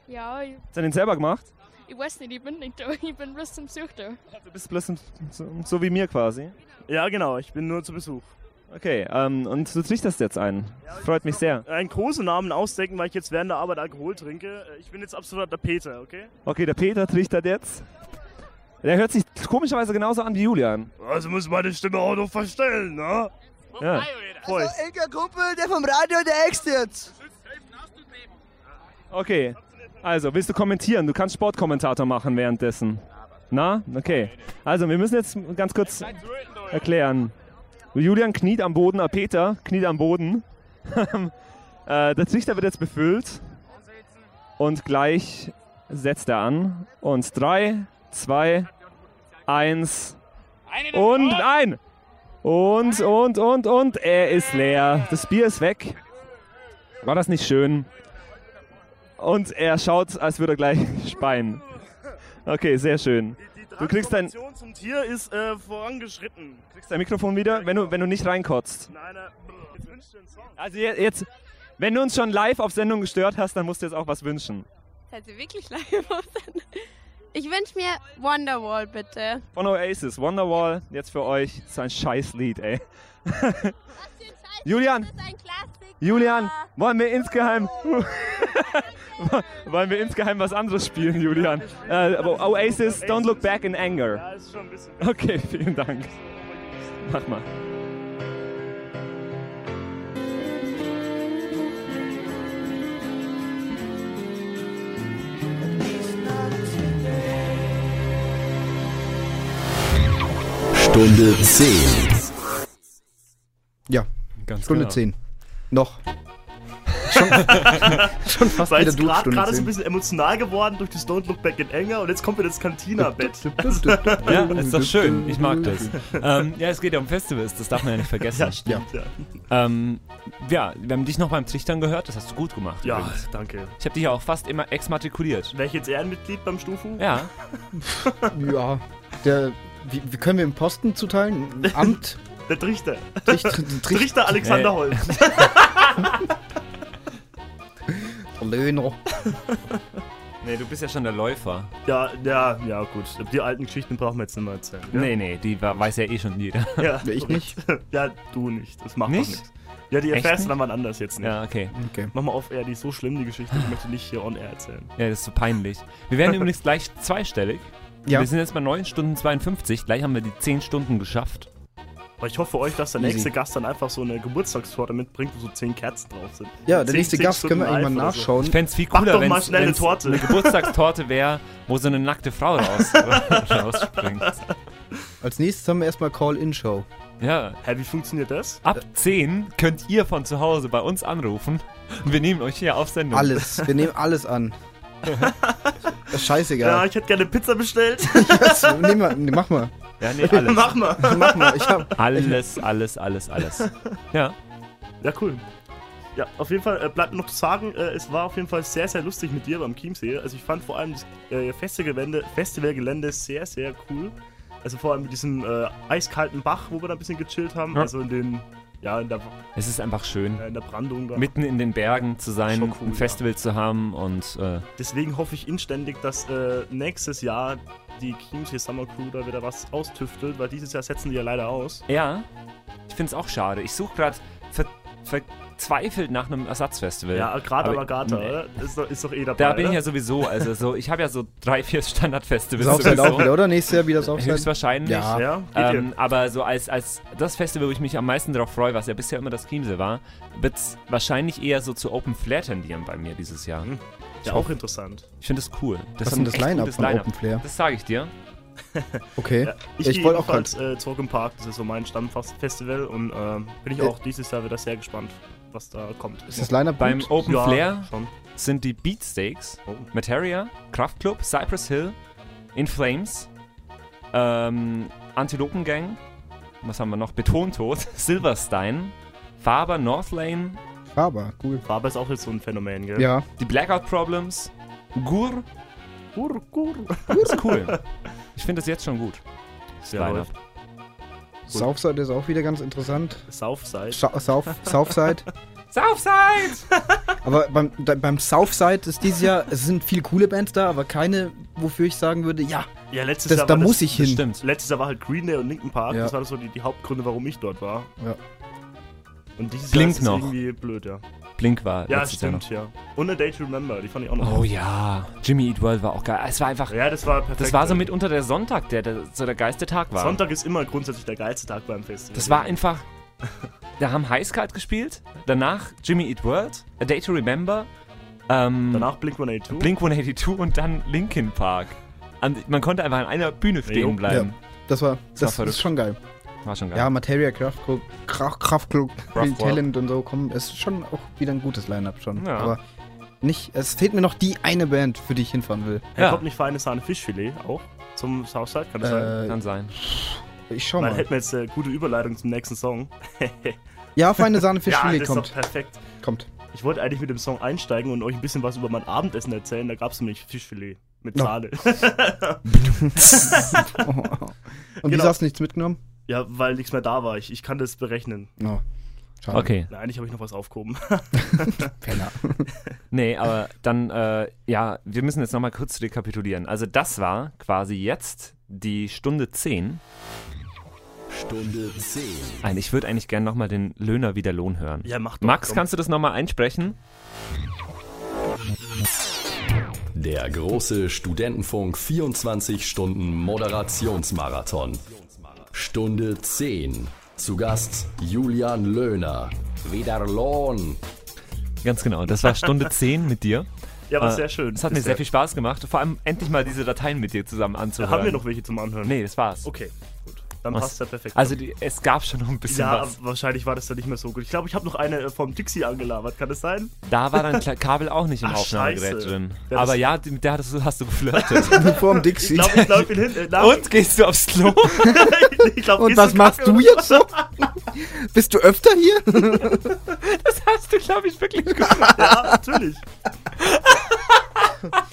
Ja, ich, Hast du den selber gemacht? ich weiß nicht, ich bin nicht da, ich bin bloß zum Suchter. Du bist bloß so, so wie mir quasi. Ja, genau, ich bin nur zu Besuch. Okay, ähm, und du trichterst jetzt einen. Freut mich sehr. Einen großen Namen ausdenken, weil ich jetzt während der Arbeit Alkohol trinke. Äh, Ich bin jetzt absoluter Peter, okay? Okay, der Peter trichtert jetzt. Der hört sich komischerweise genauso an wie Julian. Also muss meine Stimme auch noch verstellen, ne? Ja. Also, Elke Kumpel, der vom Radio, der ext jetzt. Okay, also willst du kommentieren? Du kannst Sportkommentator machen währenddessen. Na, okay. Also wir müssen jetzt ganz kurz erklären. Julian kniet am Boden, ah, Peter kniet am Boden. äh, der Trichter wird jetzt befüllt und gleich setzt er an. Und drei, zwei, eins und ein. Und, und, und, und, er ist leer. Das Bier ist weg. War das nicht schön? Und er schaut, als würde er gleich speien. Okay, sehr schön. Du kriegst dein, Transformation zum Tier ist äh, vorangeschritten. kriegst dein Mikrofon wieder, wenn du, wenn du nicht reinkotzt. Nein, äh, jetzt wünsch dir einen Song. Also je- jetzt, wenn du uns schon live auf Sendung gestört hast, dann musst du jetzt auch was wünschen. Seid ihr wirklich live auf Sendung? Ich wünsche mir Wonderwall, bitte. Von Oasis, Wonderwall, jetzt für euch. So ein Scheißlied, ey. Julian, Julian, wollen wir insgeheim, wollen wir insgeheim was anderes spielen, Julian? Äh, Oasis, Don't Look Back in Anger. Ja, ist schon ein bisschen. Okay, vielen Dank. Mach mal. Stunde 10. Ja, Ganz Stunde genau. 10. Noch. Schon, Schon fast Weil wieder es gerade Dutzstunde gerade ist ein sehen. bisschen emotional geworden durch das Don't Look Back in Anger und jetzt kommt wieder das Cantina-Bett. Ja, ist doch schön. Ich mag das. Ähm, ja, es geht ja um Festivals, das darf man ja nicht vergessen. Ja, stimmt, ja. Ähm, ja, wir haben dich noch beim Trichtern gehört, das hast du gut gemacht. Ja, übrigens. danke. Ich habe dich ja auch fast immer exmatrikuliert. Wäre ich jetzt Ehrenmitglied beim Stufu? Ja. Ja, der. Wie, wie können wir ihm Posten zuteilen? Ein Amt? Der Trichter. Tricht- Trichter Alexander Nee. Holm. Der Löhner. Nee, du bist ja schon der Läufer. Ja, ja, ja, gut. Die alten Geschichten brauchen wir jetzt nicht mehr erzählen. Ja? Nee, nee, die wa- weiß ja eh schon jeder. Ja, Ich nicht. Ja, du nicht. Das macht Nicht? doch nichts. Ja, die Echt erfährst du nicht? dann wann anders jetzt nicht. Ja, okay. okay. Mach mal auf, ja, die ist so schlimm, die Geschichte. Ich möchte nicht hier on air erzählen. Ja, das ist so peinlich. Wir werden übrigens gleich zweistellig. Ja. Wir sind jetzt bei 9 Stunden 52. Gleich haben wir die 10 Stunden geschafft. Aber ich hoffe euch, dass der Easy. nächste Gast dann einfach so eine Geburtstagstorte mitbringt, wo so 10 Kerzen drauf sind. Ja, der Zehn- nächste zehn Gast Stunden können wir irgendwann live oder so. nachschauen. Ich fände es viel Mach cooler, doch wenn mal schnell eine es Torte. eine Geburtstagstorte wäre, wo so eine nackte Frau raus, rausspringt. Als nächstes haben wir erstmal Call-In-Show. Ja. Hä, wie funktioniert das? Ab 10 könnt ihr von zu Hause bei uns anrufen. Wir nehmen euch hier auf Sendung. Alles. Wir nehmen alles an. Das ist scheißegal. Ja, ich hätte gerne Pizza bestellt. Yes, nehmen wir, nee, mach mal. Ja, nee, alles. Mach mal. Mach mal. Ich hab, Alles, alles, alles, alles. Ja. Ja, cool. Ja, auf jeden Fall äh, bleibt mir noch zu sagen, äh, es war auf jeden Fall sehr, sehr lustig mit dir beim Chiemsee. Also ich fand vor allem das äh, Festivalgelände, Festivalgelände sehr, sehr cool. Also vor allem mit diesem äh, eiskalten Bach, wo wir da ein bisschen gechillt haben. Ja. Also in den, ja, in der, Es ist einfach schön. äh, in der Brandung da. Mitten in den Bergen zu sein, Schon cool, ein Festival zu haben und äh, Deswegen hoffe ich inständig, dass äh, nächstes Jahr die Chiemsee Summer Crew da wieder was austüftelt, weil dieses Jahr setzen die ja leider aus. Ja, ich finde es auch schade. Ich suche gerade ver verzweifelt nach einem Ersatzfestival. Ja, gerade Aber- Alagata, Nee. oder? Ist doch, ist doch eh dabei. Da bin ich oder? ja sowieso, also so, ich habe ja so drei, vier Standardfestivals. Saufzeit sowieso. halt auch wieder, oder? Nächstes Jahr wieder Saufzeit? Höchstwahrscheinlich. Ja. Ja, geht ähm, aber so als, als das Festival, wo ich mich am meisten darauf freue, was ja bisher immer das Chiemsee war, wird es wahrscheinlich eher so zu Open Flair tendieren bei mir dieses Jahr. Ich Ja, auch hoffe- interessant. Ich finde das cool. Was ist hat ein denn das echt Line-Up gutes von Open Flair? Das sage ich dir. Okay. Ja, ich ich ich wollte auch gerade äh, zurück im Park, das ist so mein Stammfestival und ähm, bin ich Äh. auch dieses Jahr wieder sehr gespannt, was da kommt. Ist das Line-Up Beim gut? Open Ja, Flair schon. Oh. sind die Beatsteaks, Materia, Kraftklub, Cypress Hill, In Flames, ähm, Antilopen Gang, was haben wir noch? Betontod, Silverstein, Faber, Northlane, Faber, cool. Faber ist auch jetzt so ein Phänomen, gell? Ja. die Blackout Problems, Gur. Gur, Gur. Das ist cool. Ich finde das jetzt schon gut. Das Ja, Line-Up. Saufside ist auch wieder ganz interessant. Southside. Sa Sauf Saufside. Southside! aber beim, da, beim Southside ist dieses Jahr, es sind viele coole Bands da, aber keine, wofür ich sagen würde, ja, Ja, letztes das, Jahr da war das- muss ich das hin. Stimmt. Letztes Jahr war halt Green Day und Linkin Park, Ja. das waren so die, die Hauptgründe, warum ich dort war. Ja. Und dieses Blink Jahr ist es noch. irgendwie blöd, ja. Blink war Ja, letztes Jahr stimmt, ja. Und A Day to Remember, die fand ich auch noch. noch. Oh ja, Jimmy Eat World war auch geil. Es war einfach. Ja, das war perfekt. Das war so mitunter der Sonntag, der, der so der geilste Tag war. Sonntag ist immer grundsätzlich der geilste Tag beim Festival. Das war einfach. Da haben Highscard gespielt, danach Jimmy Eat World, A Day to Remember, ähm, Danach Blink 182. Blink 182 und dann Linkin Park. Und man konnte einfach an einer Bühne stehen Jo. bleiben. Das war, das, war verrückt. ist schon geil. War schon geil. Ja, Materia, Kraftklub, Krach- Kraftklub, Kraftklub. viel Talent und so, komm, es ist schon auch wieder ein gutes Line-Up schon. Ja. Aber nicht, es fehlt mir noch die eine Band, für die ich hinfahren will. Ja. Kommt nicht feine Sahne Fischfilet auch zum Southside, kann das sein? Äh, Kann sein. ich schau Dann mal. hätten wir jetzt eine gute Überleitung zum nächsten Song. Ja, feine Sahne für ja, Chili das kommt. ist doch perfekt. Kommt. Ich wollte eigentlich mit dem Song einsteigen und euch ein bisschen was über mein Abendessen erzählen. Da gab es nämlich Fischfilet mit No. Sahne. Und Genau. wieso hast du nichts mitgenommen? Oh, ja, weil nichts mehr da war. Ich, ich kann das berechnen. No. Schade. Okay. Na, eigentlich habe ich noch was aufgehoben. Penner. Nee, aber dann, äh, ja, wir müssen jetzt nochmal kurz rekapitulieren. Also, das war quasi jetzt die Stunde 10. Stunde 10. Nein, ich würde eigentlich gerne nochmal den Löhner wieder Lohn hören. Ja, mach doch, Max, komm. kannst du das nochmal einsprechen? Der große Studentenfunk 24 Stunden Moderationsmarathon. Stunde 10. Zu Gast Julian Löhner. Wieder Lohn. Ganz genau, das war Stunde 10 mit dir. Ja, war Äh, sehr schön. Es hat mir Ist sehr ja- viel Spaß gemacht, vor allem endlich mal diese Dateien mit dir zusammen Da anzuhören. haben wir noch welche zum Anhören. Nee, das war's. Okay, gut. Dann Was? passt der perfekt. Also die, es gab schon noch ein bisschen ja, was. aber wahrscheinlich war das dann nicht mehr so gut. Ich glaube, ich habe noch eine äh, vom Dixie angelabert. Kann das sein? Da war dann Kla- Kabel auch nicht im Ach, Aufnahmegerät scheiße. drin. Ja, das- aber ja, die- mit der hattest du- hast du geflirtet. Vor dem Dixie. Ich glaube, ich glaub, ich bin hin. Äh, nach- Und gehst du aufs Klo? ich glaub, Und gehst was machst kacken du oder jetzt so? Bist du öfter hier? Das hast du, glaube ich, wirklich gemacht. Ja, natürlich.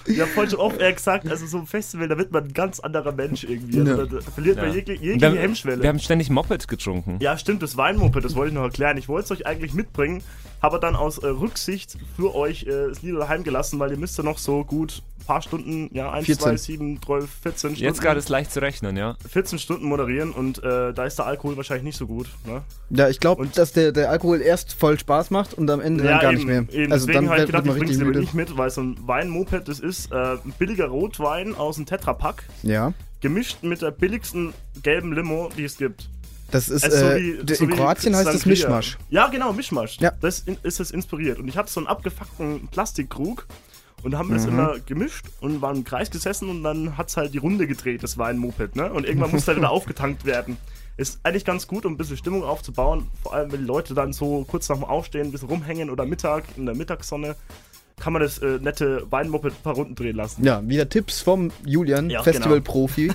Ich habe vorhin schon oft eher gesagt, also so ein Festival, da wird man ein ganz anderer Mensch irgendwie. Also, Ja. da, da verliert man jegliche, Und wir jegliche haben- Hemmschwelle. Wir haben ständig Moped getrunken. Ja, stimmt, das Weinmoped, das wollte ich noch erklären. Ich wollte es euch eigentlich mitbringen, habe dann aus äh, Rücksicht für euch äh, das Lied daheim gelassen, weil ihr müsst ja noch so gut ein paar Stunden, ja, 1, 2, 14. 7, 12, 14 Stunden. Jetzt gerade ist leicht zu rechnen, ja. 14 Stunden moderieren und äh, da ist der Alkohol wahrscheinlich nicht so gut. Ne? Ja, ich glaube, dass der, der Alkohol erst voll Spaß macht und am Ende dann gar eben, nicht mehr. Eben. also Deswegen dann habe ich wird gedacht, man ich bringe richtig es müde. nicht mit, weil so ein Weinmoped, das ist äh, ein billiger Rotwein aus dem Tetrapack, Ja. gemischt mit der billigsten gelben Limo, die es gibt. Das ist, Es ist äh, d- in Also wie Kroatien heißt es Sangria. Mischmasch. Ja, genau, Mischmasch. Das in, ist es inspiriert. Und ich hatte so einen abgefuckten Plastikkrug und haben das Mhm. immer gemischt und waren im Kreis gesessen und dann hat's halt die Runde gedreht. Das war ein Moped, ne? Und irgendwann musste er wieder aufgetankt werden. Ist eigentlich ganz gut, um ein bisschen Stimmung aufzubauen. Vor allem, wenn die Leute dann so kurz nach dem Aufstehen ein bisschen rumhängen oder Mittag in der Mittagssonne, kann man das äh, nette Weinmoped ein paar Runden drehen lassen. Ja, wieder Tipps vom Julian, Ja, Festivalprofi.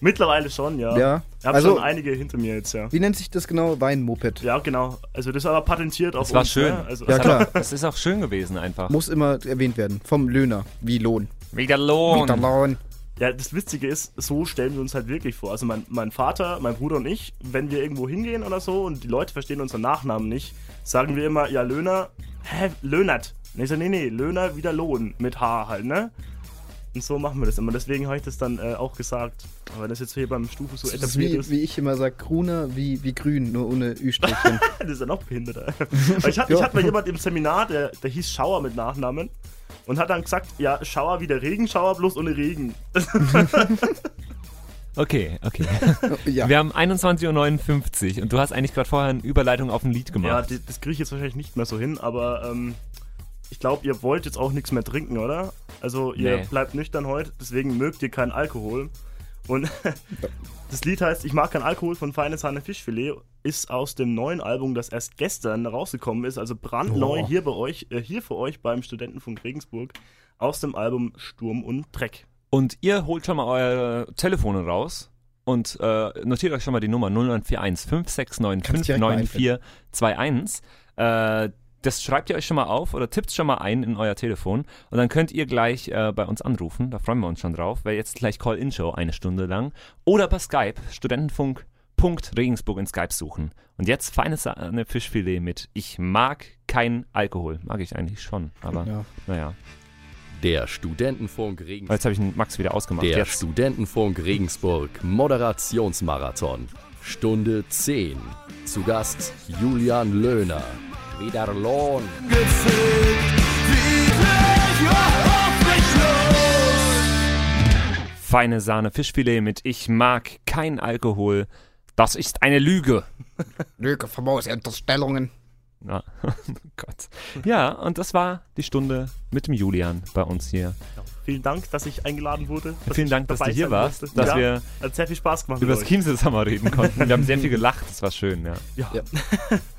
Mittlerweile schon, ja. Ja. Ich habe Also- schon einige hinter mir jetzt, ja. Wie nennt sich das genau? Weinmoped. Ja, genau. Also das ist aber patentiert auf Es war uns, schön. Ne? Also, Ja, klar. Es ist auch schön gewesen einfach. Muss immer erwähnt werden. Vom Löhner, wie Lohn. Wieder Lohn. Wieder Lohn. Ja, das Witzige ist, so stellen wir uns halt wirklich vor. Also mein, mein Vater, mein Bruder und ich, wenn wir irgendwo hingehen oder so und die Leute verstehen unseren Nachnamen nicht, sagen wir immer, ja, Löhner, hä, Löhnert. Und ich sage, nee, nee, Löhner wieder Lohn, mit H halt, ne? Und so machen wir das immer. Deswegen habe ich das dann äh, auch gesagt. Aber das jetzt hier beim Stufe so das ist etabliert wie, ist, wie ich immer sage, Gruner wie, wie grün, nur ohne Ü-Strichchen. das ist ja noch behinderter. Aber ich hatte, ich Ja. hatte mal jemand im Seminar, der, der hieß Schauer mit Nachnamen und hat dann gesagt, ja, Schauer wie der Regenschauer, bloß ohne Regen. Okay, okay. Wir haben 21.59 Uhr und du hast eigentlich gerade vorher eine Überleitung auf ein Lied Ja, gemacht. die- das kriege ich jetzt wahrscheinlich nicht mehr so hin, aber ähm, ich glaube, ihr wollt jetzt auch nichts mehr trinken, oder? Also ihr Nee. bleibt nüchtern heute, deswegen mögt ihr keinen Alkohol. Und das Lied heißt Ich mag keinen Alkohol von Feine Sahne Fischfilet, ist aus dem neuen Album, das erst gestern rausgekommen ist, also brandneu Oh. hier bei euch, äh, hier für euch beim Studentenfunk Regensburg, aus dem Album Sturm und Dreck. Und ihr holt schon mal eure Telefone raus und äh, notiert euch schon mal die Nummer 0941 569 59421. Äh, das schreibt ihr euch schon mal auf oder tippt schon mal ein in euer Telefon und dann könnt ihr gleich äh, bei uns anrufen. Da freuen wir uns schon drauf, weil jetzt gleich Call-In-Show eine Stunde lang oder per Skype studentenfunk.regensburg in Skype suchen. Und jetzt feines Sahne Fischfilet mit Ich mag keinen Alkohol. Mag ich eigentlich schon, aber Ja. naja. Der Studentenfunk Regensburg. Jetzt habe ich den Max wieder ausgemacht. Der Jetzt. Studentenfunk Regensburg Moderationsmarathon. Stunde 10. Zu Gast Julian Löhner. Wieder Lohn. Feine Sahne Fischfilet mit Ich mag kein Alkohol. Das ist eine Lüge. Lüge, famose Unterstellungen. Ja. Oh Gott. Ja, und das war die Stunde mit dem Julian bei uns hier. Vielen Dank, dass ich eingeladen wurde. dass Vielen ich Dank, dass dabei du hier sein warst, durfte. dass ja, wir hat sehr viel Spaß gemacht. über mit das euch. Chiemsitz-Hammer reden konnten. Wir haben sehr viel gelacht, das war schön, ja. Ja.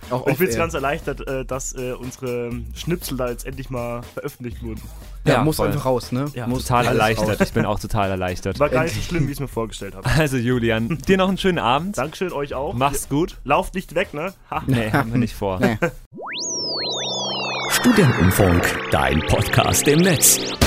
Auch Und ich bin off-air. jetzt ganz erleichtert, äh, dass äh, unsere Schnipsel da jetzt endlich mal veröffentlicht wurden. Ja, muss einfach raus, ne? Ja, muss total alles erleichtert. raus. Ich bin auch total erleichtert. War gar nicht so schlimm, wie ich es mir vorgestellt habe. Also Julian, dir noch einen schönen Abend. Dankeschön euch auch. Mach's gut. Lauft nicht weg, ne? Ha. Nee, haben wir nicht vor. Studentenfunk, dein Podcast im Netz.